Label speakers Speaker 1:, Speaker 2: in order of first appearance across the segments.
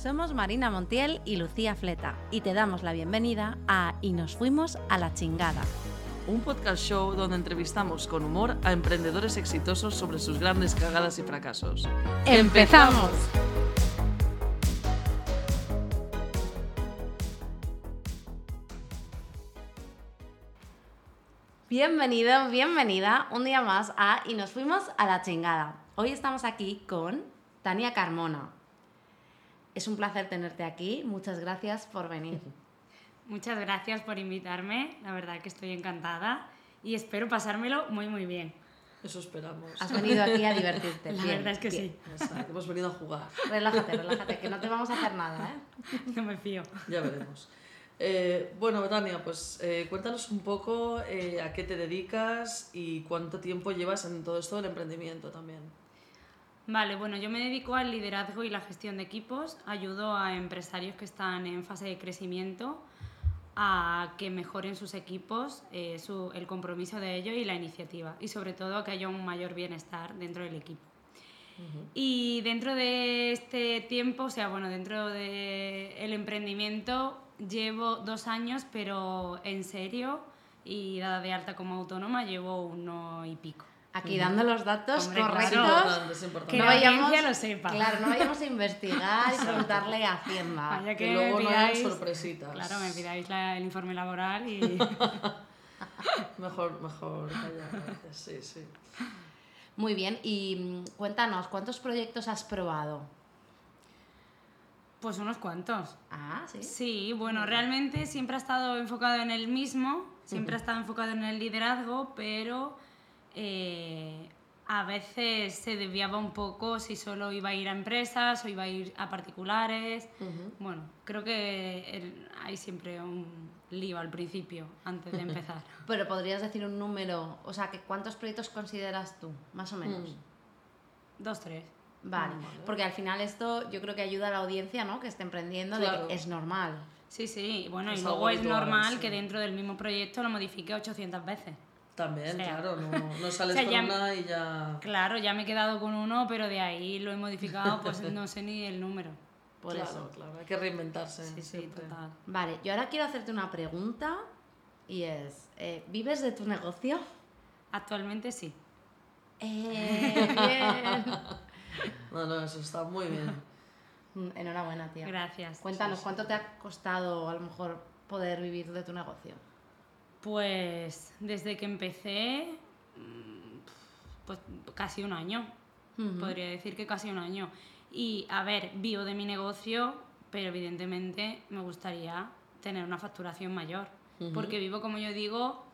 Speaker 1: Somos Marina Montiel y Lucía Fleta y te damos la bienvenida a Y nos fuimos a la chingada.
Speaker 2: Un podcast show donde entrevistamos con humor a emprendedores exitosos sobre sus grandes cagadas y fracasos.
Speaker 1: ¡Empezamos! Bienvenido, bienvenida un día más a Y nos fuimos a la chingada. Hoy estamos aquí con Tania Carmona. Es un placer tenerte aquí, muchas gracias por venir.
Speaker 3: Muchas gracias por invitarme, la verdad que estoy encantada y espero pasármelo muy muy bien.
Speaker 2: Eso esperamos.
Speaker 1: Has venido aquí a divertirte.
Speaker 3: La
Speaker 1: Bien,
Speaker 3: verdad es que
Speaker 1: bien.
Speaker 3: sí,
Speaker 2: Exacto, hemos venido a jugar,
Speaker 1: Relájate, relájate, que no te vamos a hacer nada, ¿eh?
Speaker 3: no me fío.
Speaker 2: ya veremos. Eh, bueno, Tania, pues eh, cuéntanos un poco eh, a qué te dedicas y cuánto tiempo llevas en todo esto del emprendimiento también.
Speaker 3: Vale, bueno, yo me dedico al liderazgo y la gestión de equipos, ayudo a empresarios que están en fase de crecimiento a que mejoren sus equipos, eh, su- el compromiso de ellos y la iniciativa, y sobre todo a que haya un mayor bienestar dentro del equipo. Y dentro de este tiempo, o sea, bueno, dentro del emprendimiento, llevo dos años, pero en serio y dada de alta como autónoma, llevo uno y pico.
Speaker 1: Aquí dando los datos
Speaker 3: Hombre, claro.
Speaker 1: correctos.
Speaker 3: Dos.
Speaker 2: Es importante, es importante.
Speaker 3: Ah, Que la audiencia lo sepa.
Speaker 1: Claro, no vayamos a investigar y preguntarle a Hacienda.
Speaker 3: Vaya
Speaker 2: Ah, Que
Speaker 3: me
Speaker 2: luego no hayan
Speaker 3: pidáis-
Speaker 2: sorpresitas.
Speaker 3: Claro, me pidáis la- el informe laboral y...
Speaker 2: Mejor, mejor callar, gracias, sí, sí.
Speaker 1: Muy bien, y mm, cuéntanos, ¿cuántos proyectos has probado?
Speaker 3: pues unos cuantos.
Speaker 1: Ah, sí.
Speaker 3: Sí, bueno, realmente siempre ha estado enfocado en el mismo, siempre ha estado enfocado en el liderazgo, pero eh, a veces se desviaba un poco si solo iba a ir a empresas o iba a ir a particulares. Bueno, creo que el- hay siempre un lío al principio, antes de empezar.
Speaker 1: Pero podrías decir un número, o sea, que ¿cuántos proyectos consideras tú, más o menos?
Speaker 2: Mm,
Speaker 3: Mm. Dos, tres. Mm,
Speaker 1: Vale, porque al final esto yo creo que ayuda a la audiencia, ¿no? Que esté emprendiendo,
Speaker 2: Claro.
Speaker 1: de que es normal.
Speaker 3: Sí, sí, bueno,
Speaker 2: Es
Speaker 3: y
Speaker 2: algo
Speaker 3: luego es
Speaker 2: habitual,
Speaker 3: normal
Speaker 2: sí.
Speaker 3: que dentro del mismo proyecto lo modifique 800 veces.
Speaker 2: También,
Speaker 3: O sea,
Speaker 2: claro, no, no sales
Speaker 3: o sea,
Speaker 2: con
Speaker 3: ya-
Speaker 2: una y ya...
Speaker 3: Claro, ya me he quedado con uno, pero de ahí lo he modificado, pues no sé ni el número.
Speaker 1: Por
Speaker 2: claro,
Speaker 1: eso.
Speaker 2: claro, hay que reinventarse.
Speaker 3: Sí, sí,
Speaker 2: siempre.
Speaker 3: total.
Speaker 1: Vale, yo ahora quiero hacerte una pregunta y es, eh, ¿vives de tu negocio?
Speaker 3: Actualmente sí.
Speaker 1: Eh, bien.
Speaker 2: No, no, eso está muy bien.
Speaker 1: Mm, Enhorabuena, tía.
Speaker 3: Gracias.
Speaker 1: Cuéntanos, ¿cuánto te ha costado a lo mejor poder vivir de tu negocio?
Speaker 3: Pues desde que empecé, mm, pues casi un año. Podría decir que casi un año. Y a ver, vivo de mi negocio, pero evidentemente me gustaría tener una facturación mayor. Porque vivo, como yo digo,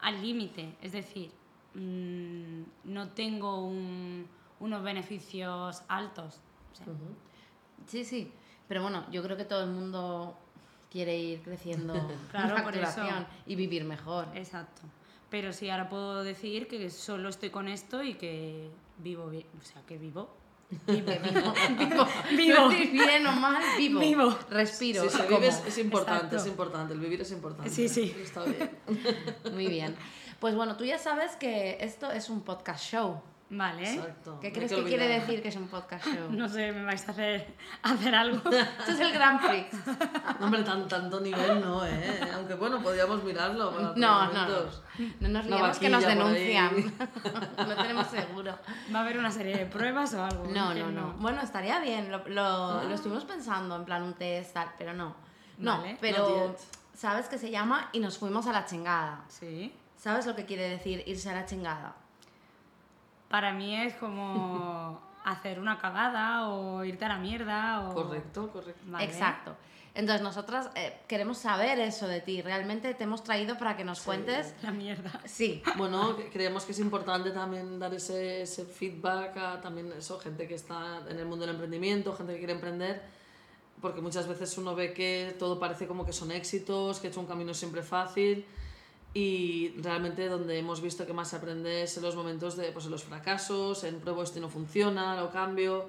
Speaker 3: al límite. Es decir, mm, no tengo un- unos beneficios altos. O sea,
Speaker 1: Sí, sí. Pero bueno, yo creo que todo el mundo quiere ir creciendo en
Speaker 3: Claro, por eso. Eh,
Speaker 1: facturación y vivir mejor.
Speaker 3: Exacto. Pero sí, ahora puedo decir que solo estoy con esto y que vivo bien. O sea, que vivo.
Speaker 1: vivo,
Speaker 3: Vivo.
Speaker 1: No estoy bien o mal, vivo.
Speaker 3: Vivo.
Speaker 1: Respiro.
Speaker 2: Sí, sí,
Speaker 1: como.
Speaker 2: vives es importante,
Speaker 3: Exacto.
Speaker 2: es importante, el vivir es importante.
Speaker 3: Sí, sí.
Speaker 2: Está bien.
Speaker 1: ¿Eh? Muy bien. Pues bueno, tú ya sabes que esto es un podcast show.
Speaker 3: Vale.
Speaker 2: Exacto.
Speaker 1: ¿Qué
Speaker 2: no hay
Speaker 1: crees que, quiere
Speaker 2: olvidar.
Speaker 1: decir que es un podcast show?
Speaker 3: No sé, me vais a hacer, hacer algo.
Speaker 1: Esto es el Grand Prix.
Speaker 2: No, hombre, tan, tanto nivel no, ¿eh? Aunque bueno, podríamos mirarlo. para
Speaker 1: No, no, no.
Speaker 2: momentos.
Speaker 1: No nos
Speaker 2: Una
Speaker 1: liemos que nos
Speaker 2: vaquilla por ahí.
Speaker 1: denuncian. no tenemos seguro.
Speaker 3: ¿Va a haber una serie de pruebas o algo?
Speaker 1: No,
Speaker 3: Que
Speaker 1: no, no. Bueno, estaría bien. Lo, lo- lo estuvimos pensando en plan un test, tal, pero no. No,
Speaker 3: Vale.
Speaker 2: Not
Speaker 1: pero
Speaker 2: yet.
Speaker 1: sabes que se llama y nos fuimos a la chingada.
Speaker 3: Sí.
Speaker 1: ¿Sabes lo que quiere decir irse a la chingada?
Speaker 3: Para mí es como hacer una cagada o irte a la mierda o...
Speaker 2: Correcto, correcto.
Speaker 3: Vale.
Speaker 1: Exacto. Entonces, nosotras eh, queremos saber eso de ti. Realmente te hemos traído para que nos cuentes.
Speaker 3: La mierda.
Speaker 1: Sí.
Speaker 2: Bueno, que- creemos que es importante también dar ese, ese feedback a también eso, gente que está en el mundo del emprendimiento, gente que quiere emprender, porque muchas veces uno ve que todo parece como que son éxitos, que es un camino siempre fácil y realmente donde hemos visto que más se aprende es en los momentos de pues, en los fracasos, en pruebo esto y no funciona, lo cambio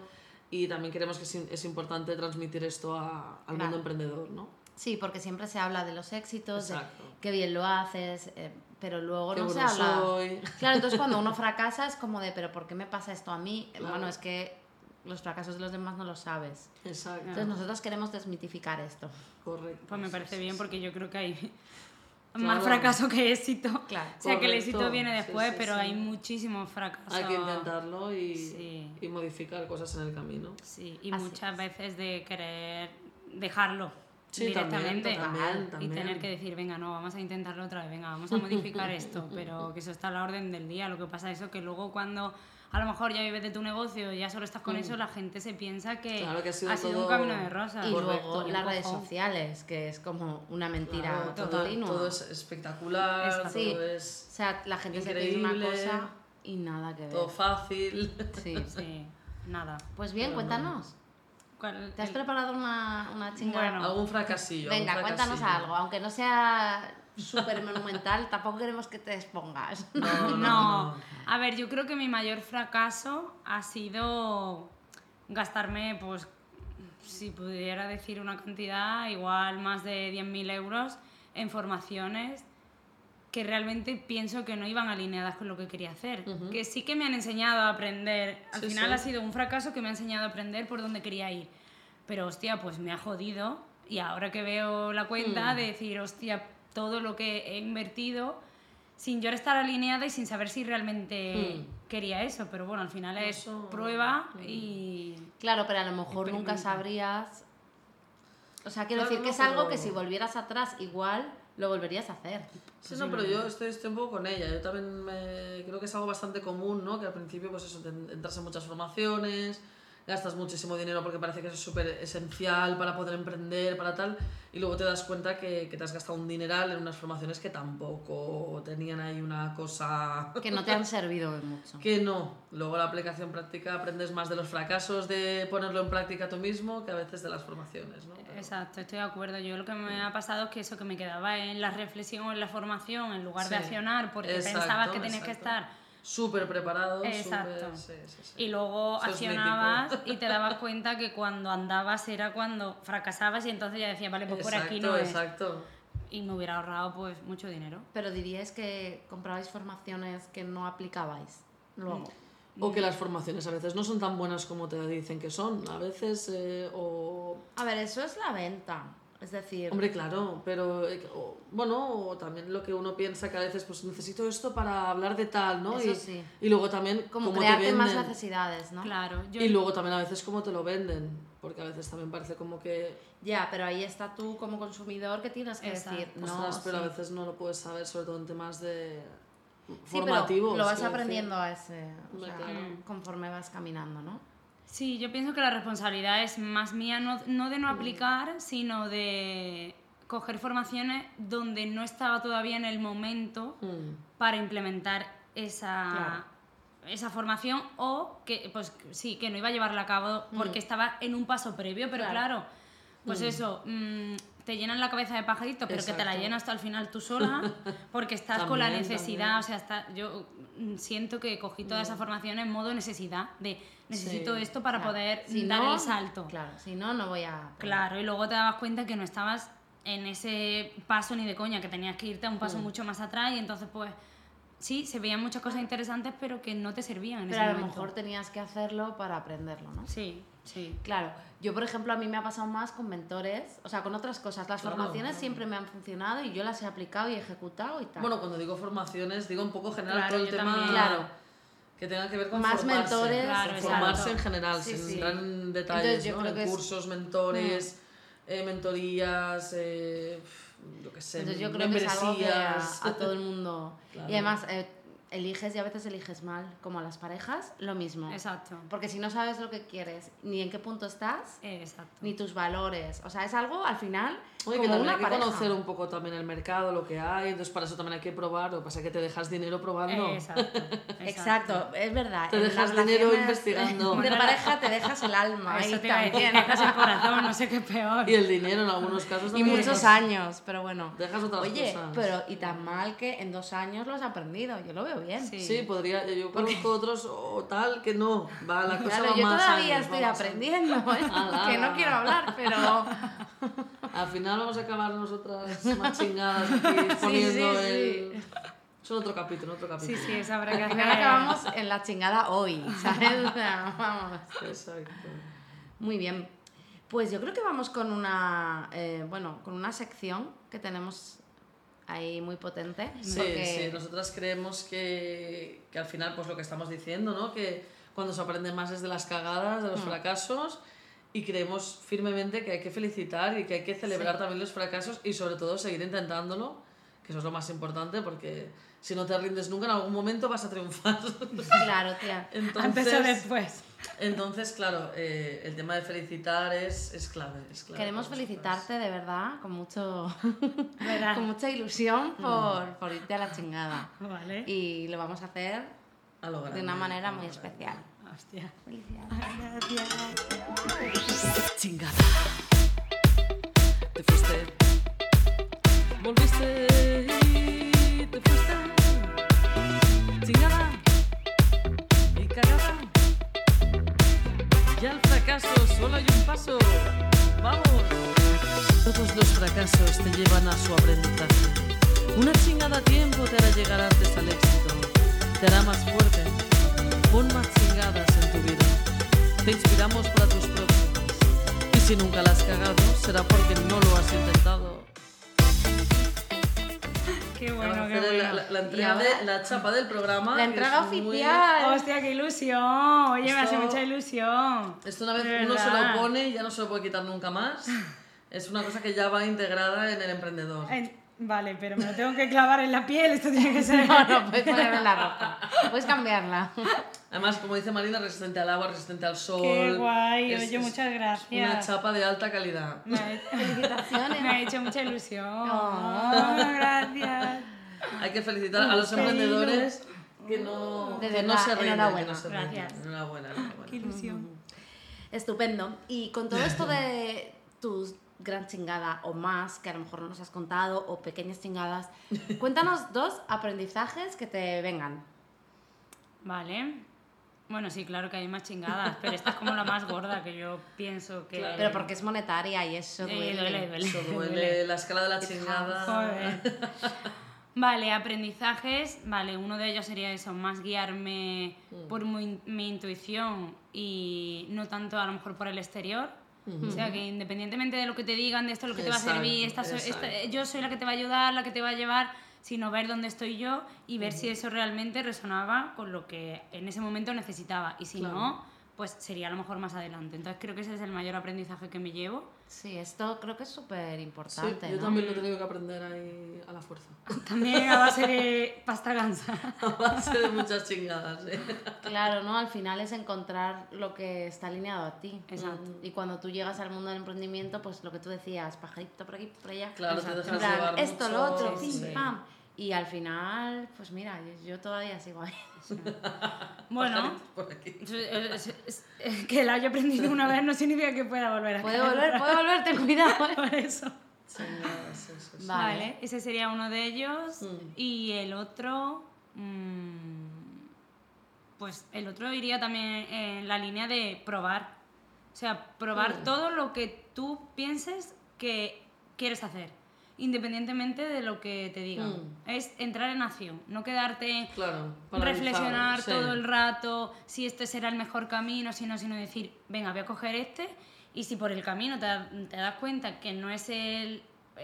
Speaker 2: y también queremos que es, im- es importante transmitir esto a- al
Speaker 1: Claro.
Speaker 2: mundo emprendedor, ¿no?
Speaker 1: Sí, porque siempre se habla de los éxitos, de
Speaker 2: Exacto.
Speaker 1: qué bien lo haces, eh, pero luego
Speaker 2: Qué
Speaker 1: no
Speaker 2: bueno
Speaker 1: se habla.
Speaker 2: soy.
Speaker 1: Claro, entonces cuando uno fracasa es como de, pero ¿por qué me pasa esto a mí?
Speaker 2: Claro.
Speaker 1: Bueno, es que los fracasos de los demás no los sabes.
Speaker 2: Exacto.
Speaker 1: Entonces nosotros queremos desmitificar esto.
Speaker 2: Correcto.
Speaker 3: Pues me parece bien porque yo creo que hay
Speaker 2: Claro.
Speaker 3: más fracaso que éxito.
Speaker 1: Claro.
Speaker 3: O sea, que el
Speaker 2: Correcto.
Speaker 3: éxito viene
Speaker 2: Sí,
Speaker 3: después,
Speaker 2: sí,
Speaker 3: pero
Speaker 2: sí.
Speaker 3: hay muchísimo fracaso.
Speaker 2: Hay que intentarlo y,
Speaker 3: Sí.
Speaker 2: y modificar cosas en el camino.
Speaker 3: Sí, y
Speaker 1: Así
Speaker 3: muchas veces de querer dejarlo
Speaker 2: Sí, también,
Speaker 3: directamente
Speaker 2: también, también.
Speaker 3: y tener que decir, venga, no, vamos a intentarlo otra vez, venga, vamos a modificar esto, pero que eso está a la orden del día. Lo que pasa es eso que luego cuando a lo mejor ya vives de tu negocio y ya solo estás con eso, la gente se piensa que,
Speaker 2: Mm. Claro que ha sido
Speaker 3: un
Speaker 2: todo-
Speaker 3: camino de rosas.
Speaker 1: Y
Speaker 2: Correcto.
Speaker 1: luego las
Speaker 3: Ojo.
Speaker 1: redes sociales, que es como una mentira
Speaker 2: Claro, todo,
Speaker 1: continua.
Speaker 2: todo es espectacular,
Speaker 3: Exacto.
Speaker 1: Sí.
Speaker 2: todo
Speaker 1: O
Speaker 2: es
Speaker 1: sea, la gente se pide una
Speaker 2: Increíble.
Speaker 1: cosa y nada que ver.
Speaker 2: todo fácil.
Speaker 1: Sí.
Speaker 3: Sí, nada.
Speaker 1: Pues bien,
Speaker 2: Pero no.
Speaker 1: cuéntanos.
Speaker 3: ¿Cuál-
Speaker 1: ¿Te has
Speaker 3: el-
Speaker 1: preparado una, una chingada?
Speaker 3: Bueno,
Speaker 2: Algún fracasillo. algún
Speaker 1: Venga, cuéntanos
Speaker 2: fracasillo.
Speaker 1: algo. Aunque no sea súper monumental, tampoco queremos que te expongas.
Speaker 2: No, no,
Speaker 3: No.
Speaker 2: no.
Speaker 3: A ver, yo creo que mi mayor fracaso ha sido gastarme, pues, si pudiera decir una cantidad, igual más de 10.000 euros en formaciones que realmente pienso que no iban alineadas con lo que quería hacer. Que sí que me han enseñado a aprender. Al
Speaker 2: Sí,
Speaker 3: final
Speaker 2: sí.
Speaker 3: ha sido un fracaso que me ha enseñado a aprender por dónde quería ir. Pero hostia, pues me ha jodido. Y ahora que veo la cuenta,
Speaker 2: Hmm.
Speaker 3: de decir, hostia, todo lo que he invertido sin yo estar alineada y sin saber si realmente quería eso. Pero bueno, al final es
Speaker 2: Hmm. Eso- hmm.
Speaker 3: prueba y...
Speaker 1: Claro, pero a lo mejor nunca
Speaker 3: Experimenta.
Speaker 1: sabrías. O sea, quiero
Speaker 2: Claro,
Speaker 1: decir que
Speaker 2: no,
Speaker 1: es algo
Speaker 2: pero-
Speaker 1: que si volvieras atrás, igual lo volverías a hacer.
Speaker 2: Sí, no, pero yo estoy, estoy un poco con ella. Yo también me- creo que es algo bastante común, ¿no? Que al principio, pues eso, te en- entras en muchas formaciones, gastas muchísimo dinero porque parece que eso es súper esencial para poder emprender, para tal, y luego te das cuenta que, que te has gastado un dineral en unas formaciones que tampoco tenían ahí una cosa
Speaker 1: Que no te han servido de mucho.
Speaker 2: que no. Luego la aplicación práctica aprendes más de los fracasos de ponerlo en práctica tú mismo que a veces de las formaciones, ¿no? Pero-
Speaker 3: Exacto, estoy de acuerdo. Yo lo que me
Speaker 2: Hmm.
Speaker 3: ha pasado es que eso que me quedaba en la reflexión o en la formación en lugar de
Speaker 2: Sí.
Speaker 3: accionar porque
Speaker 2: Exacto,
Speaker 3: pensabas que tenías que
Speaker 2: exacto.
Speaker 3: estar
Speaker 2: Súper preparado,
Speaker 3: Exacto.
Speaker 2: súper... sí, sí, sí.
Speaker 3: y luego
Speaker 2: Eso es
Speaker 3: accionabas
Speaker 2: mítico.
Speaker 3: y te dabas cuenta que cuando andabas era cuando fracasabas y entonces ya decías, vale, pues por aquí no es.
Speaker 2: exacto.
Speaker 3: Y me hubiera ahorrado pues mucho dinero.
Speaker 1: Pero diríais que comprabais formaciones que no aplicabais luego.
Speaker 2: O que las formaciones a veces no son tan buenas como te dicen que son. A veces, eh, o...
Speaker 1: A ver, eso es la venta. Es decir,
Speaker 2: Hombre, claro, pero eh, o- bueno, o también lo que uno piensa que a veces, pues necesito esto para hablar de tal, ¿no?
Speaker 1: Eso
Speaker 2: y,
Speaker 1: sí.
Speaker 2: y luego también
Speaker 1: como
Speaker 2: cómo te
Speaker 1: crearte más
Speaker 2: venden.
Speaker 1: necesidades, ¿no?
Speaker 3: Claro, yo
Speaker 2: Y luego también a veces cómo te lo venden, porque a veces también parece como que,
Speaker 1: Ya, pero ahí está tú como consumidor que tienes que
Speaker 3: Exacto.
Speaker 1: decir, no,
Speaker 2: ostras, pero
Speaker 1: sí.
Speaker 2: a veces no lo puedes saber, sobre todo en temas de
Speaker 1: Sí, pero
Speaker 2: formativos.
Speaker 1: lo vas
Speaker 2: quiero
Speaker 1: aprendiendo a ese, o
Speaker 2: Hombre,
Speaker 1: sea,
Speaker 2: claro.
Speaker 1: conforme vas caminando, ¿no?
Speaker 3: Sí, yo pienso que la responsabilidad es más mía, no, no de no
Speaker 2: Mm.
Speaker 3: aplicar, sino de coger formaciones donde no estaba todavía en el momento
Speaker 2: decir. Mm.
Speaker 3: para implementar esa, esa formación o que, pues sí, que no iba a llevarla a cabo porque estaba en un paso previo, pero
Speaker 1: Claro.
Speaker 3: claro, pues eso, mm, te llenan la cabeza de pajaritos, pero que te la
Speaker 2: Exacto.
Speaker 3: llenas hasta el final tú sola porque estás con la
Speaker 2: También,
Speaker 3: necesidad, o sea, está- yo mm, siento que cogí toda esa formación en modo necesidad, de necesito
Speaker 2: Sí,
Speaker 3: esto para
Speaker 1: Claro.
Speaker 3: poder
Speaker 1: Si
Speaker 3: dar
Speaker 1: no,
Speaker 3: el salto.
Speaker 1: Claro, si no, no voy a...
Speaker 3: Claro, y luego te dabas cuenta que no estabas en ese paso ni de coña, que tenías que irte a un
Speaker 1: Mm.
Speaker 3: paso mucho más atrás y entonces pues sí, se veían muchas cosas interesantes pero que no te servían en
Speaker 1: Pero
Speaker 3: ese
Speaker 1: a lo
Speaker 3: momento.
Speaker 1: mejor tenías que hacerlo para aprenderlo, ¿no?
Speaker 3: Sí, sí.
Speaker 1: Claro, yo por ejemplo a mí me ha pasado más con mentores, o sea, con otras cosas. Las
Speaker 2: Claro,
Speaker 1: formaciones
Speaker 2: claro.
Speaker 1: siempre me han funcionado y yo las he aplicado y ejecutado y tal.
Speaker 2: Bueno, cuando digo formaciones, digo un poco general
Speaker 3: Claro,
Speaker 2: todo el
Speaker 3: yo
Speaker 2: tema
Speaker 3: también.
Speaker 1: Claro.
Speaker 2: que tenga que ver con
Speaker 1: Más
Speaker 2: formarse.
Speaker 1: mentores,
Speaker 3: Claro,
Speaker 2: Con
Speaker 3: exacto.
Speaker 2: formarse en general,
Speaker 1: Sí,
Speaker 2: sin
Speaker 1: sí.
Speaker 2: entrar en detalles,
Speaker 1: Entonces, yo
Speaker 2: ¿no?
Speaker 1: creo
Speaker 2: En
Speaker 1: que es- Mm.
Speaker 2: cursos, mentores, eh, mentorías, eh, yo qué sé,
Speaker 1: Entonces yo creo que es algo que a,
Speaker 2: eh, membresías.
Speaker 1: a todo el mundo...
Speaker 2: Claro.
Speaker 1: Y además, eh, eliges y a veces eliges mal, como a las parejas, lo mismo.
Speaker 3: Exacto.
Speaker 1: Porque si no sabes lo que quieres, ni en qué punto estás,
Speaker 3: Eh, Exacto.
Speaker 1: ni tus valores, o sea, es algo al final
Speaker 2: Oye,
Speaker 1: como
Speaker 2: que también
Speaker 1: una
Speaker 2: hay que
Speaker 1: pareja.
Speaker 2: conocer un poco también el mercado, lo que hay, entonces para eso también hay que probar, lo que pasa es que te dejas dinero probando.
Speaker 3: Eh, Exacto.
Speaker 1: Exacto, es verdad.
Speaker 2: Te
Speaker 1: en
Speaker 2: dejas
Speaker 1: las
Speaker 2: dinero
Speaker 1: relaciones
Speaker 2: investigando.
Speaker 1: De pareja te dejas el alma.
Speaker 3: Eso
Speaker 1: ahí
Speaker 3: te iba a decir,
Speaker 1: también.
Speaker 3: dejas el corazón, no sé qué es peor.
Speaker 2: Y el dinero en algunos casos
Speaker 1: Y
Speaker 2: también.
Speaker 1: muchos años, pero bueno.
Speaker 2: Dejas otras
Speaker 1: Oye,
Speaker 2: cosas.
Speaker 1: pero y tan mal que en dos años lo has aprendido. Yo lo veo bien.
Speaker 3: Sí.
Speaker 2: Sí, podría, yo conozco otros o tal que no, va, la cosa
Speaker 1: Claro,
Speaker 2: va
Speaker 1: yo
Speaker 2: Pues más
Speaker 1: todavía
Speaker 2: años, va
Speaker 1: estoy
Speaker 2: más años.
Speaker 1: aprendiendo, ¿eh?
Speaker 2: Ala,
Speaker 1: que no
Speaker 2: ala.
Speaker 1: quiero hablar, pero
Speaker 2: Al final vamos a acabar nosotras más chingadas aquí
Speaker 1: sí,
Speaker 2: poniendo
Speaker 1: sí.
Speaker 2: el. Son otro capítulo, otro
Speaker 3: Sí,
Speaker 2: capítulo.
Speaker 3: sí, eso habrá que
Speaker 1: Al
Speaker 3: hacer.
Speaker 1: final acabamos en la chingada hoy, ¿sabes? O sea, vamos.
Speaker 2: Exacto.
Speaker 1: Muy bien. Pues yo creo que vamos con una, eh, bueno, con una sección que tenemos ahí muy potente.
Speaker 2: Sí,
Speaker 1: porque-
Speaker 2: sí, nosotras creemos que, que al final, pues lo que estamos diciendo, ¿no? Que cuando se aprende más es de las cagadas, de los
Speaker 1: Mm.
Speaker 2: fracasos, y creemos firmemente que hay que felicitar y que hay que celebrar
Speaker 1: Sí.
Speaker 2: también los fracasos y sobre todo seguir intentándolo, que eso es lo más importante, porque si no te rindes nunca, en algún momento vas a triunfar.
Speaker 1: Claro, tía.
Speaker 2: Entonces,
Speaker 3: Antes o después.
Speaker 2: entonces claro, eh, el tema de felicitar es, es clave, es clave
Speaker 1: Queremos
Speaker 2: para nosotras.
Speaker 1: felicitarte de verdad, con mucho,
Speaker 3: ¿Verdad?
Speaker 1: con mucha ilusión por, por irte a la chingada.
Speaker 3: Vale.
Speaker 1: Y lo vamos a hacer
Speaker 2: A lo
Speaker 1: de una
Speaker 2: grande,
Speaker 1: manera
Speaker 2: a lo
Speaker 1: muy
Speaker 2: grande.
Speaker 1: especial.
Speaker 3: Hostia.
Speaker 1: Felicidades.
Speaker 2: Chingada. Te fuiste. Volviste y te fuiste. Chingada. Y cagada. Ya el fracaso, solo hay un paso. Vamos. Todos los fracasos te llevan a su aprendizaje. Una chingada a tiempo te hará llegar antes al éxito. Te hará más fuerte. Pon más chingadas en tu vida. Te inspiramos para tus próximas. Y si nunca las has cagado, será porque no lo has intentado.
Speaker 3: Qué bueno, qué bueno.
Speaker 1: entrega ahora- de-
Speaker 2: la chapa del programa.
Speaker 1: La entrega oficial.
Speaker 3: Hostia, qué ilusión. Oye, me hace
Speaker 2: Esto-
Speaker 3: mucha ilusión.
Speaker 2: Esto una vez
Speaker 3: De
Speaker 2: uno se
Speaker 3: verdad.
Speaker 2: lo pone y ya no se lo puede quitar nunca más. Es una cosa que ya va integrada en el emprendedor.
Speaker 3: En- Vale, pero me lo tengo que clavar en la piel. Esto tiene que ser.
Speaker 1: No, no puedes ponerme la ropa. Puedes cambiarla.
Speaker 2: Además, como dice Marina, resistente al agua, resistente al sol.
Speaker 3: Qué guay,
Speaker 2: Es-
Speaker 3: oye,
Speaker 2: es
Speaker 3: muchas gracias.
Speaker 2: Una chapa de alta calidad.
Speaker 3: Me ha hecho,
Speaker 1: Felicitaciones.
Speaker 3: me ha hecho mucha ilusión.
Speaker 1: Oh.
Speaker 3: gracias.
Speaker 2: Hay que felicitar a los
Speaker 3: Querido.
Speaker 2: emprendedores que no,
Speaker 1: De
Speaker 2: que no
Speaker 1: verdad,
Speaker 2: se rinden. Que
Speaker 1: enhorabuena.
Speaker 2: no se rinden.
Speaker 3: Gracias.
Speaker 2: Enhorabuena, enhorabuena.
Speaker 3: ilusión.
Speaker 1: Estupendo. Y con todo esto de tus gran chingada o más que a lo mejor no nos has contado o pequeñas chingadas, cuéntanos dos aprendizajes que te vengan.
Speaker 3: Vale. Bueno, sí, claro que hay más chingadas, pero esta es como la más gorda que yo pienso que.
Speaker 2: Claro.
Speaker 1: Pero porque es monetaria y eso
Speaker 3: Eh,
Speaker 1: duele.
Speaker 3: duele, duele,
Speaker 2: Eso duele,
Speaker 3: duele.
Speaker 2: la escala de la
Speaker 1: It's
Speaker 2: chingada.
Speaker 3: Joder. Vale, aprendizajes. Vale, uno de ellos sería eso, más guiarme por mi, mi intuición y no tanto a lo mejor por el exterior. O sea, que independientemente de lo que te digan, de esto es lo que te va a
Speaker 2: Exacto,
Speaker 3: servir, esta soy- esta-
Speaker 2: exacto.
Speaker 3: yo soy la que te va a ayudar, la que te va a llevar, sino ver dónde estoy yo y ver si eso realmente resonaba con lo que en ese momento necesitaba. Y si
Speaker 2: Claro.
Speaker 3: no, pues sería a lo mejor más adelante. Entonces creo que ese es el mayor aprendizaje que me llevo.
Speaker 1: Sí, esto creo que es súper
Speaker 2: Sí,
Speaker 1: importante.
Speaker 2: yo
Speaker 1: ¿no?
Speaker 2: también lo he tenido que aprender ahí a la fuerza.
Speaker 3: También a base de pasta gansa.
Speaker 2: A base de muchas chingadas. ¿eh?
Speaker 1: Claro, ¿no? Al final es encontrar lo que está alineado a ti. Mm,
Speaker 3: Exacto.
Speaker 1: Y cuando tú llegas al mundo del emprendimiento, pues lo que tú decías, pajarito por aquí, por allá.
Speaker 2: Claro, te
Speaker 1: En
Speaker 2: dejas
Speaker 1: plan,
Speaker 2: llevar
Speaker 1: Esto,
Speaker 2: mucho,
Speaker 1: lo otro,
Speaker 2: sí,
Speaker 1: pim,
Speaker 2: sí.
Speaker 1: pam. Y al final, pues mira, yo, yo todavía sigo ahí.
Speaker 3: Bueno,
Speaker 2: Por aquí.
Speaker 3: es- es- es- es que la haya aprendido una vez no significa que pueda volver a
Speaker 1: Puede
Speaker 3: caer
Speaker 1: volver,
Speaker 3: otra
Speaker 1: puede volver, ten cuidado. ¿eh?
Speaker 3: vez. Por eso.
Speaker 2: Chingadas, sí, sí,
Speaker 1: Vale.
Speaker 2: sí.
Speaker 1: Mm.
Speaker 3: Vale. ese sería uno de ellos. Y el otro. mm, pues el otro iría también en la línea de probar. O sea, probar
Speaker 1: Mm.
Speaker 3: todo lo que tú pienses que quieres hacer, independientemente de lo que te digan.
Speaker 2: Mm.
Speaker 3: Es entrar en acción, no quedarte en
Speaker 2: Claro,
Speaker 3: reflexionar
Speaker 2: sí.
Speaker 3: todo el rato si este será el mejor camino, si no, sino decir, venga, voy a coger este y si por el camino te, da- te das cuenta que no es el,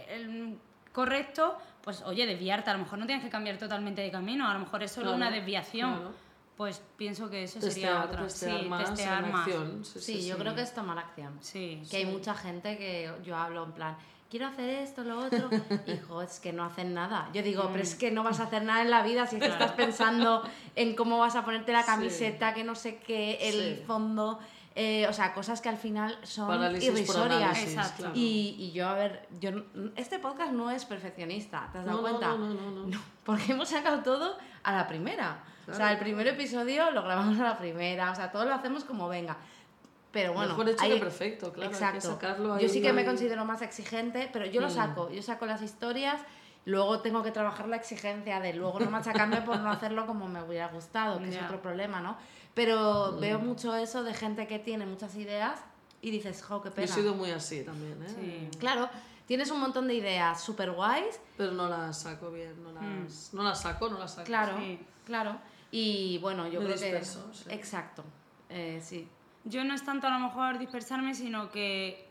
Speaker 3: el correcto, pues oye, desviarte, a lo mejor no tienes que cambiar totalmente de camino, a lo mejor es solo
Speaker 2: Claro,
Speaker 3: una desviación.
Speaker 2: claro.
Speaker 3: Pues pienso que eso sería
Speaker 2: Testear,
Speaker 3: otra.
Speaker 2: testear
Speaker 3: sí,
Speaker 2: más
Speaker 3: testear
Speaker 2: en
Speaker 3: más.
Speaker 2: acción. Sí,
Speaker 1: Sí, yo creo que es tomar acción.
Speaker 3: Sí.
Speaker 1: Que hay mucha gente que yo hablo en plan, quiero hacer esto, lo otro. Hijo, es que no hacen nada. Yo digo, pero es que no vas a hacer nada en la vida si es que estás pensando en cómo vas a ponerte la camiseta, que no sé qué, el
Speaker 2: Sí.
Speaker 1: fondo. eh, o sea, cosas que al final son
Speaker 2: Parálisis por
Speaker 1: irrisorias.
Speaker 2: análisis,
Speaker 3: Exacto.
Speaker 2: claro.
Speaker 1: Y, y yo, a ver, yo n- este podcast no es perfeccionista, ¿te has
Speaker 2: No,
Speaker 1: dado
Speaker 2: no,
Speaker 1: cuenta?
Speaker 2: no, no, no, no.
Speaker 1: porque hemos sacado todo a la primera. O sea, el primer episodio lo grabamos a la primera, o sea, todo lo hacemos como venga. Pero bueno,
Speaker 2: Mejor hecho
Speaker 1: hay-
Speaker 2: que perfecto, claro, hay que sacarlo
Speaker 1: yo
Speaker 2: ahí, Mm.
Speaker 1: sí que me
Speaker 2: ahí.
Speaker 1: considero más exigente, pero yo lo saco, yo saco las historias, luego tengo que trabajar la exigencia de luego no machacarme por no hacerlo como me hubiera gustado, que es
Speaker 3: Ya.
Speaker 1: otro problema, ¿no? Pero
Speaker 2: Mm.
Speaker 1: veo mucho eso de gente que tiene muchas ideas y dices, jo, qué
Speaker 2: Yo he
Speaker 1: pena.
Speaker 2: sido muy así también, ¿eh?
Speaker 3: Sí.
Speaker 1: Claro, Tienes un montón de ideas súper guays,
Speaker 2: Pero no las saco bien, no las, no las saco, no las saco.
Speaker 1: claro,
Speaker 3: Sí.
Speaker 1: claro. Y bueno, yo
Speaker 2: Me
Speaker 1: creo
Speaker 2: disperso,
Speaker 1: que.
Speaker 2: sí.
Speaker 1: Exacto. Eh, sí.
Speaker 3: Yo no es tanto a lo mejor dispersarme, sino que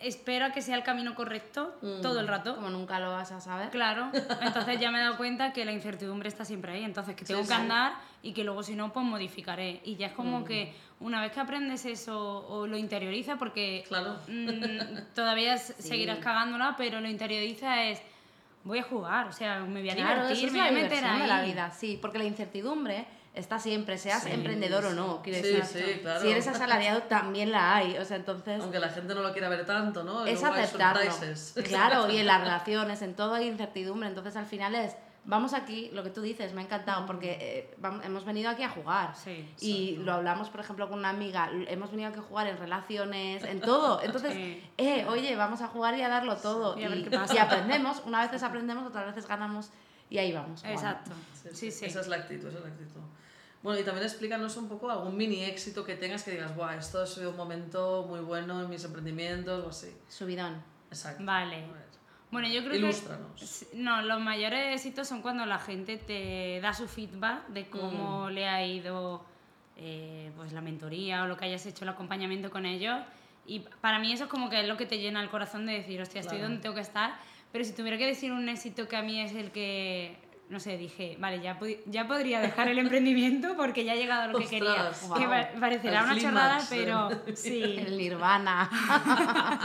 Speaker 3: espero a que sea el camino correcto
Speaker 2: Mm.
Speaker 3: todo el rato.
Speaker 1: Como nunca lo vas a saber.
Speaker 3: Claro, entonces ya me he dado cuenta que la incertidumbre está siempre ahí, entonces que
Speaker 2: Sí,
Speaker 3: tengo
Speaker 2: sí.
Speaker 3: que andar y que luego si no, pues modificaré. Y ya es
Speaker 1: Mm.
Speaker 3: como que una vez que aprendes eso o lo interiorizas, porque
Speaker 2: Claro.
Speaker 3: mm, todavía s- seguirás cagándola, pero lo interioriza es, voy a jugar, o sea, me voy a
Speaker 1: Claro, eso
Speaker 3: divertir,
Speaker 1: es
Speaker 3: me voy
Speaker 1: la
Speaker 3: a meter
Speaker 1: diversión
Speaker 3: ahí.
Speaker 1: de la vida, sí, porque la incertidumbre está siempre, seas
Speaker 2: Sí,
Speaker 1: emprendedor o no, quiero
Speaker 2: sí,
Speaker 1: decir.
Speaker 2: sí, claro.
Speaker 1: Si eres asalariado también la hay, o sea, entonces
Speaker 2: Aunque la gente no lo quiera ver tanto, ¿no?
Speaker 1: es
Speaker 2: Luego hay
Speaker 1: aceptarlo.
Speaker 2: surprises.
Speaker 1: Claro, y en las relaciones, en todo hay incertidumbre, entonces al final es, vamos aquí, lo que tú dices, me ha encantado, porque eh, vam- hemos venido aquí a jugar.
Speaker 3: Sí,
Speaker 1: Y lo hablamos, por ejemplo, con una amiga, l- hemos venido aquí a jugar en relaciones, en todo. Entonces,
Speaker 3: Sí.
Speaker 1: eh, oye, vamos a jugar y a darlo todo.
Speaker 3: y a ver qué pasa.
Speaker 1: y aprendemos, una vez aprendemos, otras veces ganamos y ahí vamos. jugando.
Speaker 3: Exacto,
Speaker 2: Sí,
Speaker 3: sí, sí.
Speaker 2: Esa es la actitud, esa es la actitud. Bueno, y también explícanos un poco algún mini éxito que tengas que digas, guau, esto ha sido un momento muy bueno en mis emprendimientos o así.
Speaker 1: Subidón.
Speaker 2: Exacto.
Speaker 3: Vale.
Speaker 2: A ver.
Speaker 3: Bueno, yo creo que...
Speaker 2: Ilústranos.
Speaker 3: S- No, los mayores éxitos son cuando la gente te da su feedback de cómo
Speaker 2: Mm.
Speaker 3: le ha ido eh, pues la mentoría o lo que hayas hecho, el acompañamiento con ellos. Y para mí eso es como que es lo que te llena el corazón de decir, hostia, estoy
Speaker 2: Claro.
Speaker 3: donde tengo que estar. Pero si tuviera que decir un éxito que a mí es el que, no sé, dije, vale, ya, pod- ya podría dejar el emprendimiento porque ya he llegado a lo que quería.
Speaker 2: Ostras,
Speaker 3: Que
Speaker 1: wow.
Speaker 3: pa- parecerá
Speaker 2: El
Speaker 3: una chorrada,
Speaker 2: clímax del
Speaker 3: pero sí.
Speaker 1: El nirvana.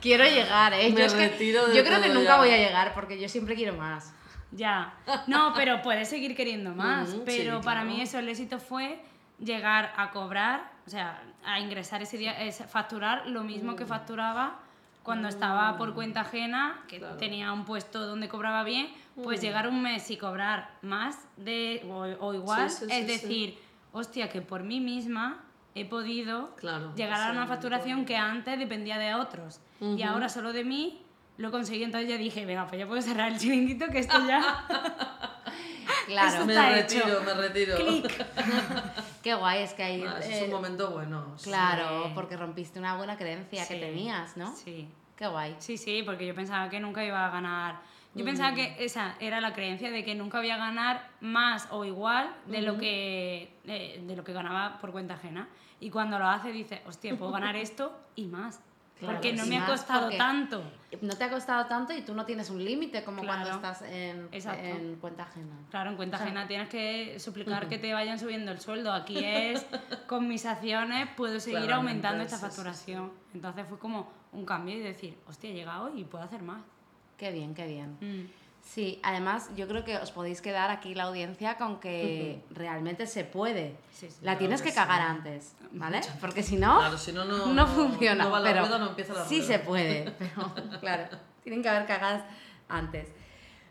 Speaker 1: quiero llegar, ¿eh?
Speaker 2: Me
Speaker 1: yo es que-
Speaker 2: retiro de
Speaker 1: yo creo que
Speaker 2: todo
Speaker 1: nunca
Speaker 2: ya.
Speaker 1: voy a llegar porque yo siempre quiero más.
Speaker 3: Ya. No, pero puedes seguir queriendo más.
Speaker 2: Mm, sí,
Speaker 3: pero para
Speaker 2: claro.
Speaker 3: mí eso, el éxito fue llegar a cobrar, o sea, a ingresar ese día, es facturar lo mismo
Speaker 2: Mm.
Speaker 3: que facturaba cuando estaba por cuenta ajena, que
Speaker 2: Claro. Mm.
Speaker 3: tenía un puesto donde cobraba bien, pues llegar un mes y cobrar más de, o, o igual,
Speaker 2: Sí, sí, sí,
Speaker 3: es
Speaker 2: sí.
Speaker 3: decir, hostia, que por mí misma he podido
Speaker 2: Claro,
Speaker 3: llegar a
Speaker 2: sí,
Speaker 3: una
Speaker 2: un
Speaker 3: facturación
Speaker 2: montón.
Speaker 3: que antes dependía de otros y ahora solo de mí lo conseguí entonces ya dije venga pues ya puedo cerrar el chiringuito que esto ya
Speaker 1: Claro.
Speaker 3: Eso
Speaker 2: Me
Speaker 3: está
Speaker 2: retiro,
Speaker 3: hecho.
Speaker 2: me retiro.
Speaker 3: clic
Speaker 1: Qué guay, es que ahí.
Speaker 2: Ah, ese
Speaker 1: eh,
Speaker 2: es un momento bueno. sí.
Speaker 1: Claro,
Speaker 3: Sí.
Speaker 1: porque rompiste una buena creencia que
Speaker 3: Sí.
Speaker 1: tenías, ¿no?
Speaker 3: sí
Speaker 1: Qué guay.
Speaker 3: sí sí porque yo pensaba que nunca iba a ganar yo pensaba que esa era la creencia de que nunca voy a ganar más o igual de lo que eh, de lo que ganaba por cuenta ajena y cuando lo hace dice hostia puedo ganar esto y más
Speaker 1: Claro,
Speaker 3: porque no
Speaker 1: y
Speaker 3: me ha
Speaker 1: más,
Speaker 3: costado
Speaker 1: porque-
Speaker 3: tanto
Speaker 1: No te ha costado tanto y tú no tienes un límite como
Speaker 3: Claro.
Speaker 1: cuando estás en,
Speaker 3: Exacto.
Speaker 1: en cuenta ajena.
Speaker 3: Claro, en cuenta ajena tienes que suplicar que te vayan subiendo el sueldo. Aquí es, con mis acciones puedo seguir
Speaker 2: Claramente,
Speaker 3: aumentando esta
Speaker 2: sí, sí,
Speaker 3: facturación. Entonces fue como un cambio y decir, hostia, he llegado y puedo hacer más.
Speaker 1: Qué bien, qué bien.
Speaker 3: Mm.
Speaker 1: Sí, además yo creo que os podéis quedar aquí la audiencia con que realmente se puede.
Speaker 3: Sí, sí.
Speaker 1: la
Speaker 2: claro
Speaker 1: tienes
Speaker 2: que
Speaker 1: que
Speaker 2: sí.
Speaker 1: cagar antes, ¿vale? Porque si no,
Speaker 2: Claro, si no, no,
Speaker 1: no,
Speaker 2: no-
Speaker 1: funciona.
Speaker 2: no va la
Speaker 1: pero
Speaker 2: rueda, no empieza la
Speaker 1: sí
Speaker 2: rueda.
Speaker 1: se puede, pero claro, tienen que haber cagadas antes.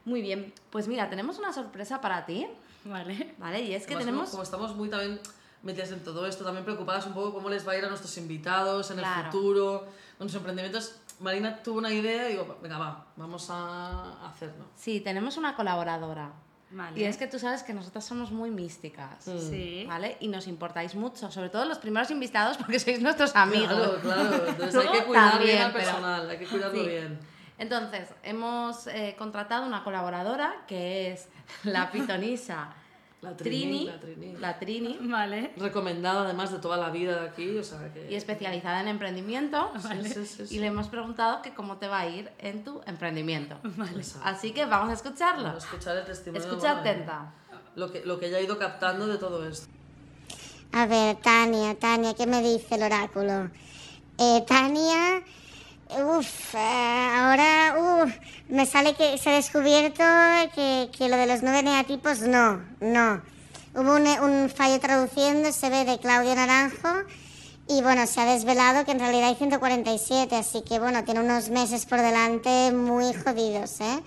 Speaker 1: Muy bien, pues mira, tenemos una sorpresa para ti,
Speaker 3: Vale.
Speaker 1: ¿vale? Y es que
Speaker 2: Además,
Speaker 1: tenemos...
Speaker 2: ¿no? Como estamos muy también metidas en todo esto, también preocupadas un poco cómo les va a ir a nuestros invitados en el
Speaker 1: Claro.
Speaker 2: futuro, con sus emprendimientos. Marina tuvo una idea y digo, venga, va, vamos a hacerlo.
Speaker 1: Sí, tenemos una colaboradora.
Speaker 3: Vale.
Speaker 1: Y es que tú sabes que nosotras somos muy místicas.
Speaker 2: Mm.
Speaker 3: Sí.
Speaker 1: ¿Vale? Y nos importáis mucho, sobre todo los primeros invitados porque sois nuestros amigos.
Speaker 2: Claro, claro. Entonces hay que
Speaker 1: Luego
Speaker 2: cuidar
Speaker 1: también,
Speaker 2: bien al
Speaker 1: pero-
Speaker 2: personal, hay que cuidarlo
Speaker 1: Sí.
Speaker 2: bien.
Speaker 1: Entonces, hemos eh, contratado una colaboradora que es la pitonisa
Speaker 2: La
Speaker 1: Trini,
Speaker 2: Trini, la Trini.
Speaker 1: la Trini,
Speaker 3: Vale.
Speaker 2: Recomendada además de toda la vida de aquí, o sea que...
Speaker 1: y especializada en emprendimiento.
Speaker 2: Sí, sí, sí, sí.
Speaker 1: Y le hemos preguntado que cómo te va a ir en tu emprendimiento.
Speaker 2: Exacto.
Speaker 1: Así que vamos a escucharlo.
Speaker 2: Escuchar el testimonio.
Speaker 1: Escucha
Speaker 2: bueno,
Speaker 1: atenta.
Speaker 2: Lo que, lo que ella ha ido captando de todo esto.
Speaker 4: A ver, Tania, Tania, ¿qué me dice el oráculo? Eh, Tania, uff, ahora uf, me sale que se ha descubierto que, que lo de los nueve neatipos no, no. Hubo un, un fallo traduciendo, se ve de Claudio Naranjo, y bueno, se ha desvelado que en realidad hay 147, así que bueno, tiene unos meses por delante muy jodidos, ¿eh?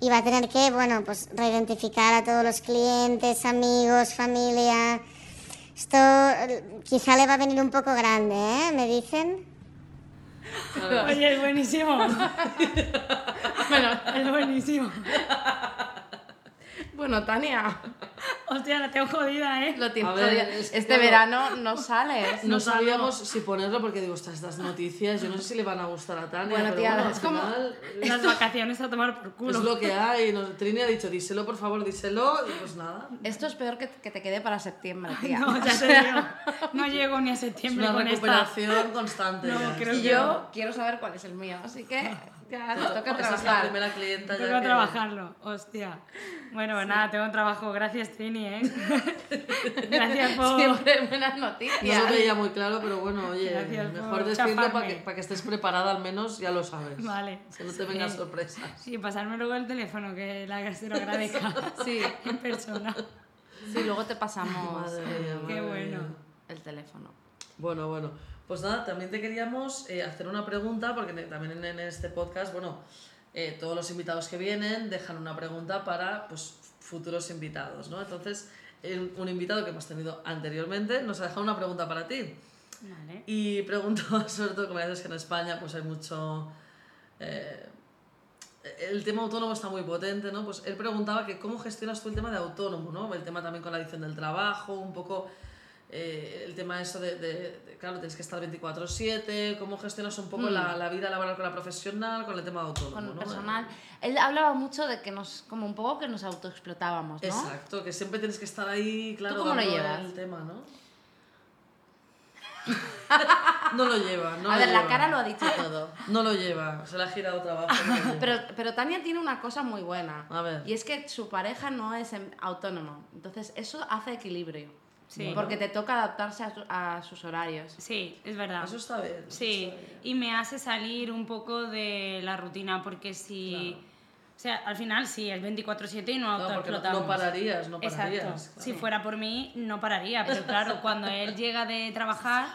Speaker 4: Y va a tener que, bueno, pues reidentificar a todos los clientes, amigos, familia. Esto eh, quizá le va a venir un poco grande, ¿eh? Me dicen.
Speaker 2: Claro.
Speaker 3: Oye, es buenísimo.
Speaker 1: Bueno,
Speaker 3: Es buenísimo.
Speaker 1: bueno, Tania,
Speaker 3: Hostia, la tengo jodida, ¿eh?
Speaker 1: Lo tiene
Speaker 2: A ver,
Speaker 1: jodido.
Speaker 2: es que
Speaker 1: este
Speaker 2: claro.
Speaker 1: verano no sales.
Speaker 2: No
Speaker 3: Nos vamos.
Speaker 2: sabíamos si ponerlo porque digo, estas, estas noticias, yo no sé si le van a gustar a Tania,
Speaker 1: Bueno,
Speaker 2: pero
Speaker 1: tía,
Speaker 2: bueno, al
Speaker 1: es como-
Speaker 2: final, eh,
Speaker 3: Las vacaciones a tomar por culo.
Speaker 2: es lo que hay. No, Trini ha dicho, díselo, por favor, díselo, y pues nada.
Speaker 1: Esto es peor que, que te quede para septiembre, tía.
Speaker 3: No, ya te digo. No llego ni a
Speaker 2: Es
Speaker 3: septiembre
Speaker 2: una
Speaker 3: con esta.
Speaker 2: recuperación constante.
Speaker 3: No,
Speaker 2: ya.
Speaker 3: creo
Speaker 1: y
Speaker 3: que
Speaker 1: yo quiero saber cuál es el mío, así que ya nos toca
Speaker 2: Esa es la
Speaker 1: trabajar.
Speaker 2: primera clienta
Speaker 3: Tengo
Speaker 2: ya
Speaker 3: que
Speaker 2: que-
Speaker 3: trabajarlo, hostia. Bueno, pues nada, tengo trabajo. Gracias, Trini, ¿eh? Gracias por...
Speaker 1: Siempre buenas noticias.
Speaker 2: No lo veía muy claro, pero bueno, oye,
Speaker 3: Gracias por
Speaker 2: mejor decirlo para
Speaker 3: chafarme.
Speaker 2: que, para que estés preparada al menos, ya lo sabes.
Speaker 3: Vale.
Speaker 2: Que no te vengan
Speaker 3: Sí.
Speaker 2: sorpresas.
Speaker 3: Sí, pasarme luego el teléfono, que la se lo agradezca
Speaker 1: Sí,
Speaker 3: en persona.
Speaker 1: sí, luego te pasamos
Speaker 2: Madre
Speaker 1: el-
Speaker 2: mía,
Speaker 3: Qué
Speaker 2: madre
Speaker 3: bueno.
Speaker 2: mía.
Speaker 1: el teléfono.
Speaker 2: Bueno, bueno. Pues nada, también te queríamos eh, hacer una pregunta, porque ne- también en, en este podcast, bueno, eh, todos los invitados que vienen dejan una pregunta para pues, futuros invitados, ¿no? Entonces, el- un invitado que hemos tenido anteriormente nos ha dejado una pregunta para ti.
Speaker 3: Vale.
Speaker 2: Y preguntaba, sobre todo, como ya sabes que en España pues hay mucho... eh, el tema autónomo está muy potente, ¿no? Pues él preguntaba que cómo gestionas tú el tema de autónomo, ¿no? El tema también con la adicción del trabajo, un poco eh, el tema eso de, de- de, claro, tienes que estar 24/7, cómo gestionas un poco la, la vida laboral con la profesional, con el tema de autónomo,
Speaker 1: Mm. con
Speaker 2: ¿no?
Speaker 1: personal. Él hablaba mucho de que nos, como un poco que nos autoexplotábamos, ¿no?
Speaker 2: Exacto, que siempre tienes que estar ahí, claro,
Speaker 1: cómo lo
Speaker 2: dando
Speaker 1: llevas?
Speaker 2: el tema, ¿no? no lo lleva, no
Speaker 1: a
Speaker 2: lo
Speaker 1: ver, la
Speaker 2: lleva.
Speaker 1: cara lo ha dicho todo.
Speaker 2: No lo lleva, se la ha girado trabajo. no lo lleva.
Speaker 1: Pero, pero Tania tiene una cosa muy buena.
Speaker 2: A ver.
Speaker 1: Y es que su pareja no es em- autónoma. Entonces, eso hace equilibrio.
Speaker 3: Sí.
Speaker 1: Porque te toca adaptarse a, su- a sus horarios.
Speaker 3: Sí, es verdad.
Speaker 2: Eso está bien. eso
Speaker 3: Sí,
Speaker 2: está bien.
Speaker 3: y me hace salir un poco de la rutina, porque si... O sea, al final sí, es 24-7 y no
Speaker 2: Claro, porque no,
Speaker 3: autoexplotamos.
Speaker 2: no pararías, no
Speaker 3: Exacto.
Speaker 2: pararías. claro.
Speaker 3: Si fuera por mí, no pararía, pero claro, cuando él llega de trabajar,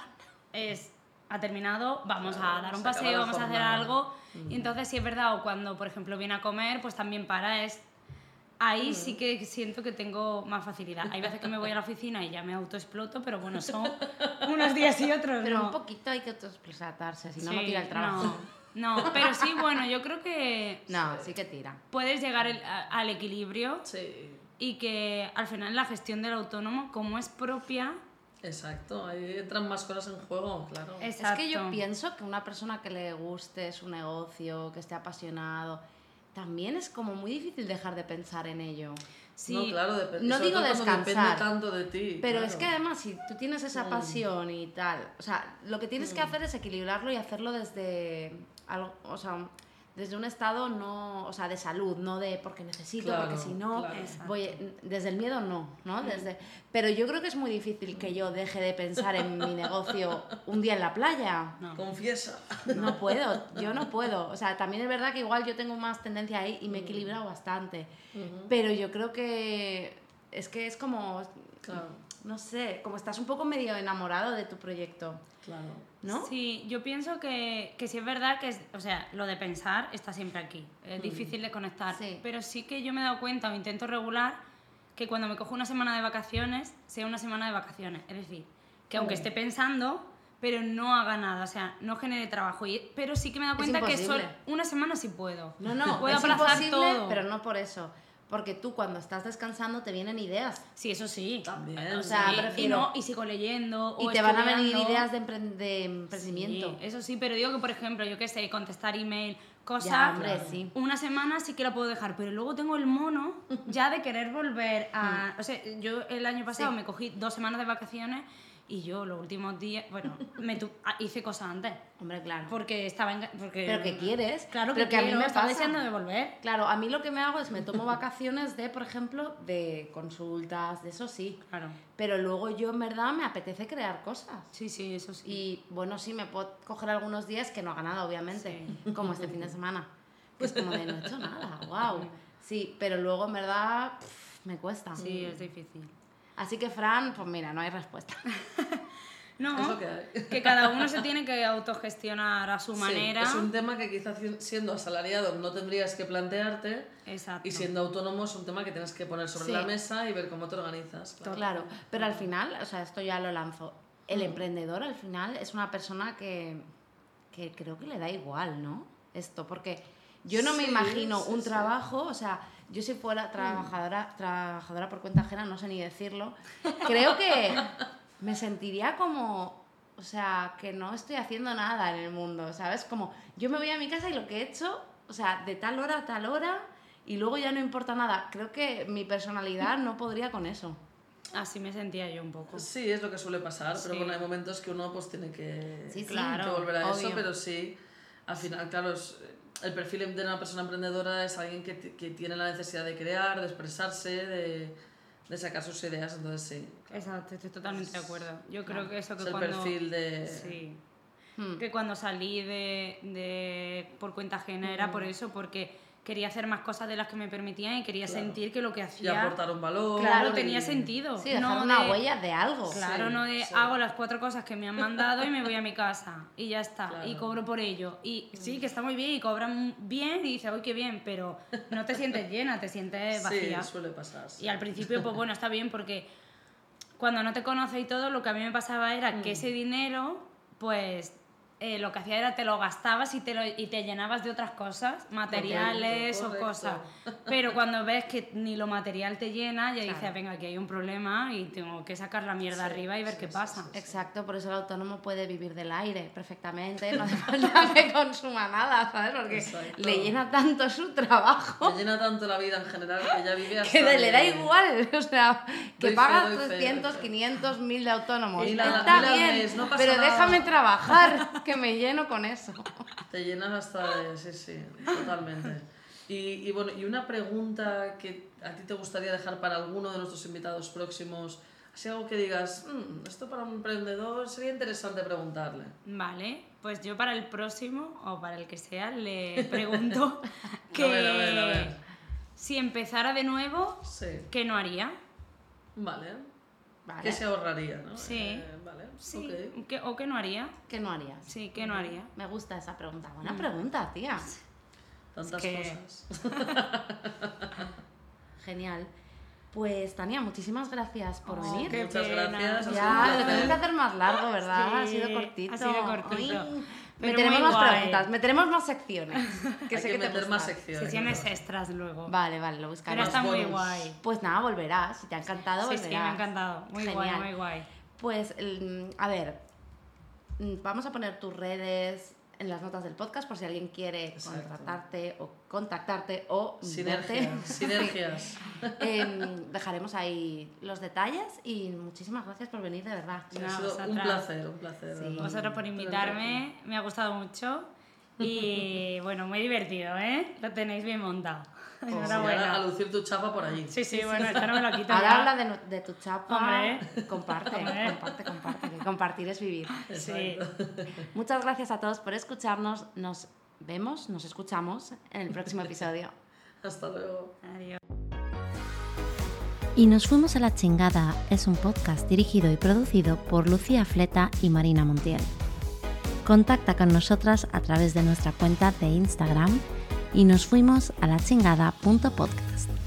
Speaker 3: es ha terminado, vamos a
Speaker 2: Claro,
Speaker 3: dar un
Speaker 2: se acaba
Speaker 3: paseo,
Speaker 2: la
Speaker 3: vamos a hacer
Speaker 2: jornada.
Speaker 3: algo. Y entonces, si es verdad, o cuando, por ejemplo, viene a comer, pues también para, es. Ahí sí que siento que tengo más facilidad. Hay veces que me voy a la oficina y ya me autoexploto, pero bueno, son unos días y otros.
Speaker 1: Pero
Speaker 3: no.
Speaker 1: un poquito hay que autoexplotarse, si no, no
Speaker 3: Sí,
Speaker 1: tira el trabajo.
Speaker 3: No, no, pero sí, bueno, yo creo que
Speaker 1: No, sí que tira.
Speaker 3: puedes llegar el- a- al equilibrio
Speaker 2: Sí,
Speaker 3: y que al final la gestión del autónomo, como es propia,
Speaker 2: exacto. Ahí entran más cosas en juego, claro.
Speaker 1: Es que yo pienso que una persona que le guste su negocio, que esté apasionado, también es como muy difícil dejar de pensar en ello.
Speaker 3: Sí,
Speaker 2: No, claro, depende.
Speaker 1: No
Speaker 2: sobre
Speaker 1: digo
Speaker 2: todo cuando
Speaker 1: descansar,
Speaker 2: Depende tanto de ti.
Speaker 1: Pero
Speaker 2: claro. Mm.
Speaker 1: es que además, si tú tienes esa pasión y tal, o sea, lo que tienes que hacer es equilibrarlo y hacerlo desde algo, o sea, desde un estado no, o sea, de salud, no de porque necesito,
Speaker 2: Claro,
Speaker 1: porque si no,
Speaker 2: claro. Mm.
Speaker 3: Exacto.
Speaker 1: voy, desde el miedo no, ¿no? Desde, pero yo creo que es muy difícil que yo deje de pensar en mi negocio un día en la playa.
Speaker 3: No.
Speaker 2: Confiesa.
Speaker 1: No puedo, yo no puedo. O sea, también es verdad que igual yo tengo más tendencia ahí y
Speaker 2: Mm.
Speaker 1: me he equilibrado bastante. Pero yo creo que es que es como,
Speaker 2: Claro,
Speaker 1: no sé, como estás un poco medio enamorado de tu proyecto,
Speaker 2: claro.
Speaker 1: ¿no?
Speaker 3: Sí, yo pienso que, que sí es verdad que, es- o sea, lo de pensar está siempre aquí. Es difícil de conectar.
Speaker 1: Mm. Sí.
Speaker 3: Pero sí que yo me he dado cuenta o intento regular que cuando me cojo una semana de vacaciones, sea una semana de vacaciones. Es decir, que aunque esté pensando, pero no haga nada, o sea, no genere trabajo. Y, pero sí que me he dado
Speaker 1: Es
Speaker 3: cuenta que
Speaker 1: imposible.
Speaker 3: solo una semana sí puedo.
Speaker 1: No, no,
Speaker 3: puedo
Speaker 1: es
Speaker 3: aplazar
Speaker 1: imposible,
Speaker 3: todo.
Speaker 1: pero no por eso. Porque tú cuando estás descansando te vienen ideas.
Speaker 3: Sí, eso sí.
Speaker 2: También.
Speaker 3: O
Speaker 2: O
Speaker 3: sea,
Speaker 1: sea,
Speaker 3: y,
Speaker 1: prefiero-
Speaker 3: no, y sigo leyendo.
Speaker 1: Y
Speaker 3: o
Speaker 1: te van a venir
Speaker 3: estudiando.
Speaker 1: ideas de, empre- de emprendimiento.
Speaker 3: Sí, eso sí, pero digo que, por ejemplo, yo qué sé, contestar email, cosas.
Speaker 1: Ya, hombre, sí.
Speaker 3: Una semana sí que la puedo dejar, pero luego tengo el mono ya de querer volver a. O sea, yo el año pasado
Speaker 1: Mm. Sí.
Speaker 3: me cogí dos semanas de vacaciones y yo los últimos días, bueno, me tu- ah, hice cosas antes.
Speaker 1: Hombre, claro.
Speaker 3: Porque estaba en. Porque,
Speaker 1: Pero que quieres,
Speaker 3: Claro
Speaker 1: pero
Speaker 3: que,
Speaker 1: que a mí
Speaker 3: quiero,
Speaker 1: me
Speaker 3: estaba
Speaker 1: pasa.
Speaker 3: deseando de volver.
Speaker 1: Claro, a mí lo que me hago es me tomo vacaciones de, por ejemplo, de consultas, de eso sí.
Speaker 3: Claro.
Speaker 1: Pero luego yo en verdad me apetece crear cosas.
Speaker 3: Sí, sí, eso sí.
Speaker 1: Y bueno, sí, me puedo coger algunos días que no haga nada, obviamente, como este fin de semana. Que es como de no he hecho nada, wow. Sí, pero luego en verdad pff, me cuesta.
Speaker 3: Sí, es difícil.
Speaker 1: Así que, Fran, pues mira, no hay respuesta.
Speaker 3: No,
Speaker 2: Es lo que hay.
Speaker 3: que cada uno se tiene que autogestionar a su
Speaker 2: Sí,
Speaker 3: manera.
Speaker 2: es un tema que quizás si- siendo asalariado no tendrías que plantearte
Speaker 3: Exacto.
Speaker 2: y siendo autónomo es un tema que tienes que poner sobre
Speaker 1: Sí.
Speaker 2: la mesa y ver cómo te organizas. claro.
Speaker 1: Claro, pero al final, o sea, esto ya lo lanzo. El emprendedor al final es una persona que, que creo que le da igual, ¿no? Esto, porque yo no me
Speaker 2: Sí,
Speaker 1: imagino
Speaker 2: sí, Mm.
Speaker 1: un
Speaker 2: sí.
Speaker 1: trabajo, o sea, Yo si fuera trabajadora, trabajadora por cuenta ajena, no sé ni decirlo, creo que me sentiría como, o sea, que no estoy haciendo nada en el mundo, ¿sabes? Como yo me voy a mi casa y lo que he hecho, o sea, de tal hora a tal hora y luego ya no importa nada. Creo que mi personalidad no podría con eso.
Speaker 3: Así me sentía yo un poco.
Speaker 2: Pues Sí, es lo que suele pasar, pero
Speaker 3: Sí.
Speaker 2: bueno, hay momentos que uno pues tiene que,
Speaker 1: Sí, sí,
Speaker 2: que
Speaker 1: claro,
Speaker 2: volver a eso,
Speaker 1: obvio.
Speaker 2: pero sí, al final, claro, es- el perfil de una persona emprendedora es alguien que, ti- que tiene la necesidad de crear, de expresarse, de, de sacar sus ideas, entonces sí.
Speaker 3: Exacto, estoy totalmente de acuerdo. Yo creo que eso que
Speaker 2: Es el
Speaker 3: cuando...
Speaker 2: perfil de...
Speaker 3: Sí.
Speaker 1: Hmm.
Speaker 3: Que cuando salí de, de- por cuenta ajena era
Speaker 2: Hmm.
Speaker 3: por eso, porque quería hacer más cosas de las que me permitían y quería
Speaker 2: Claro.
Speaker 3: sentir que lo que
Speaker 2: Y
Speaker 3: hacía
Speaker 2: aportar un valor.
Speaker 3: claro,
Speaker 2: y-
Speaker 3: tenía sentido.
Speaker 1: Sí, dejar
Speaker 3: no
Speaker 1: una
Speaker 3: de-
Speaker 1: huella de algo.
Speaker 3: Claro,
Speaker 2: Sí,
Speaker 3: no de
Speaker 2: sí.
Speaker 3: hago las cuatro cosas que me han mandado y me voy a mi casa y ya está, y
Speaker 2: Claro.
Speaker 3: cobro por ello. Y sí, que está muy bien y cobran bien y dices, uy, qué bien, pero no te sientes llena, te sientes
Speaker 2: Sí,
Speaker 3: vacía.
Speaker 2: suele pasar. sí.
Speaker 3: Y al principio, pues bueno, está bien porque cuando no te conoces y todo, lo que a mí me pasaba era que ese dinero, pues eh, lo que hacía era te lo gastabas y te, lo- y te llenabas de otras cosas, materiales o
Speaker 2: correcto.
Speaker 3: cosas. Pero cuando ves que ni lo material te llena, ya dices,
Speaker 1: Claro.
Speaker 3: venga, aquí hay un problema y tengo que sacar la mierda arriba y ver qué pasa.
Speaker 1: Exacto, por eso el autónomo puede vivir del aire perfectamente, no hace falta que consuma nada, ¿sabes? Porque
Speaker 2: Exacto.
Speaker 1: le llena tanto su trabajo
Speaker 2: Me llena tanto la vida en general que ya vive hasta...
Speaker 1: que de- le da
Speaker 2: de-
Speaker 1: igual, o sea, que
Speaker 2: Doy fe,
Speaker 1: pagas
Speaker 2: doy fe.
Speaker 1: 300, 500, 1000 de autónomos.
Speaker 2: Y la-
Speaker 1: Está
Speaker 2: y la
Speaker 1: bien,
Speaker 2: mes, no pasa
Speaker 1: pero
Speaker 2: nada.
Speaker 1: déjame trabajar, que me lleno con eso.
Speaker 2: Te llenas hasta de... Sí, sí, totalmente. Y, y bueno, y una pregunta que a ti te gustaría dejar para alguno de nuestros invitados próximos, así algo que digas, "Mm, esto para un emprendedor sería interesante preguntarle.
Speaker 3: Vale, pues yo para el próximo o para el que sea le pregunto que
Speaker 2: A ver, a ver, a ver.
Speaker 3: si empezara de nuevo,
Speaker 2: Sí,
Speaker 3: ¿qué no haría?
Speaker 2: vale.
Speaker 1: Vale,
Speaker 2: ¿Qué se ahorraría? ¿no?
Speaker 3: Sí.
Speaker 2: Eh, vale,
Speaker 3: Sí,
Speaker 2: ok.
Speaker 3: ¿qué- o qué no haría.
Speaker 1: ¿qué no harías?
Speaker 3: Sí, ¿qué no haría.
Speaker 1: Me gusta esa pregunta, buena
Speaker 2: Mm.
Speaker 1: pregunta, tía.
Speaker 2: Tantas
Speaker 3: que-
Speaker 2: cosas.
Speaker 1: Genial. Pues Tania, muchísimas gracias
Speaker 2: Ah,
Speaker 1: por
Speaker 3: Oh,
Speaker 1: venir.
Speaker 3: qué
Speaker 2: Muchas
Speaker 3: pena.
Speaker 2: gracias. ha sido un
Speaker 1: Ya, lo tenemos que
Speaker 2: placer.
Speaker 1: hacer más largo, ¿verdad? ha
Speaker 3: Sí,
Speaker 1: sido cortito.
Speaker 3: ha sido cortito.
Speaker 1: Ay,
Speaker 3: Pero
Speaker 1: meteremos
Speaker 3: muy
Speaker 1: más
Speaker 3: guay.
Speaker 1: preguntas, meteremos más secciones. Que
Speaker 2: Hay
Speaker 1: sé
Speaker 2: que,
Speaker 1: que te
Speaker 2: meter más
Speaker 1: gustan.
Speaker 2: secciones.
Speaker 3: Sesiones
Speaker 2: ¿no?
Speaker 3: extras luego.
Speaker 1: Vale, vale, lo
Speaker 3: Pero
Speaker 1: buscaremos.
Speaker 3: está muy
Speaker 2: bonus.
Speaker 3: guay.
Speaker 1: Pues nada, volverás. Si te ha encantado,
Speaker 3: Sí,
Speaker 1: volverás.
Speaker 3: sí, me ha encantado. Muy guay,
Speaker 1: Genial.
Speaker 3: muy guay.
Speaker 1: Pues, el- a ver, mm, vamos a poner tus redes en las notas del podcast por si alguien quiere
Speaker 2: Exacto.
Speaker 1: contratarte o contactarte o verte.
Speaker 2: Sinergias. Sinergias.
Speaker 1: Em, dejaremos ahí los detalles y muchísimas gracias por venir, de verdad.
Speaker 2: Sí,
Speaker 3: No,
Speaker 2: ha sido un
Speaker 3: vosotras.
Speaker 2: placer, un placer.
Speaker 1: Sí.
Speaker 2: ¿verdad?
Speaker 3: Vosotros por
Speaker 2: Pero
Speaker 3: invitarme, me ha gustado mucho. Y bueno, muy divertido, ¿eh? Lo tenéis bien montado.
Speaker 1: Pues
Speaker 2: entonces, sí, ahora A
Speaker 3: Enhorabuena.
Speaker 2: lucir tu chapa por allí.
Speaker 3: Sí, sí, bueno, esto no me lo quito.
Speaker 1: Ahora
Speaker 3: ya.
Speaker 1: habla de, nu- de tu chapa.
Speaker 3: Hombre.
Speaker 1: Comparte,
Speaker 3: Hombre.
Speaker 1: comparte, comparte. que Compartir es vivir.
Speaker 3: Sí.
Speaker 1: Muchas gracias a todos por escucharnos. Nos vemos, nos escuchamos en el próximo episodio.
Speaker 2: Hasta luego.
Speaker 3: Adiós.
Speaker 5: Y nos fuimos a la chingada es un podcast dirigido y producido por Lucía Fleta y Marina Montiel. Contacta con nosotras a través de nuestra cuenta de Instagram y nos fuimos a la chingada.podcast.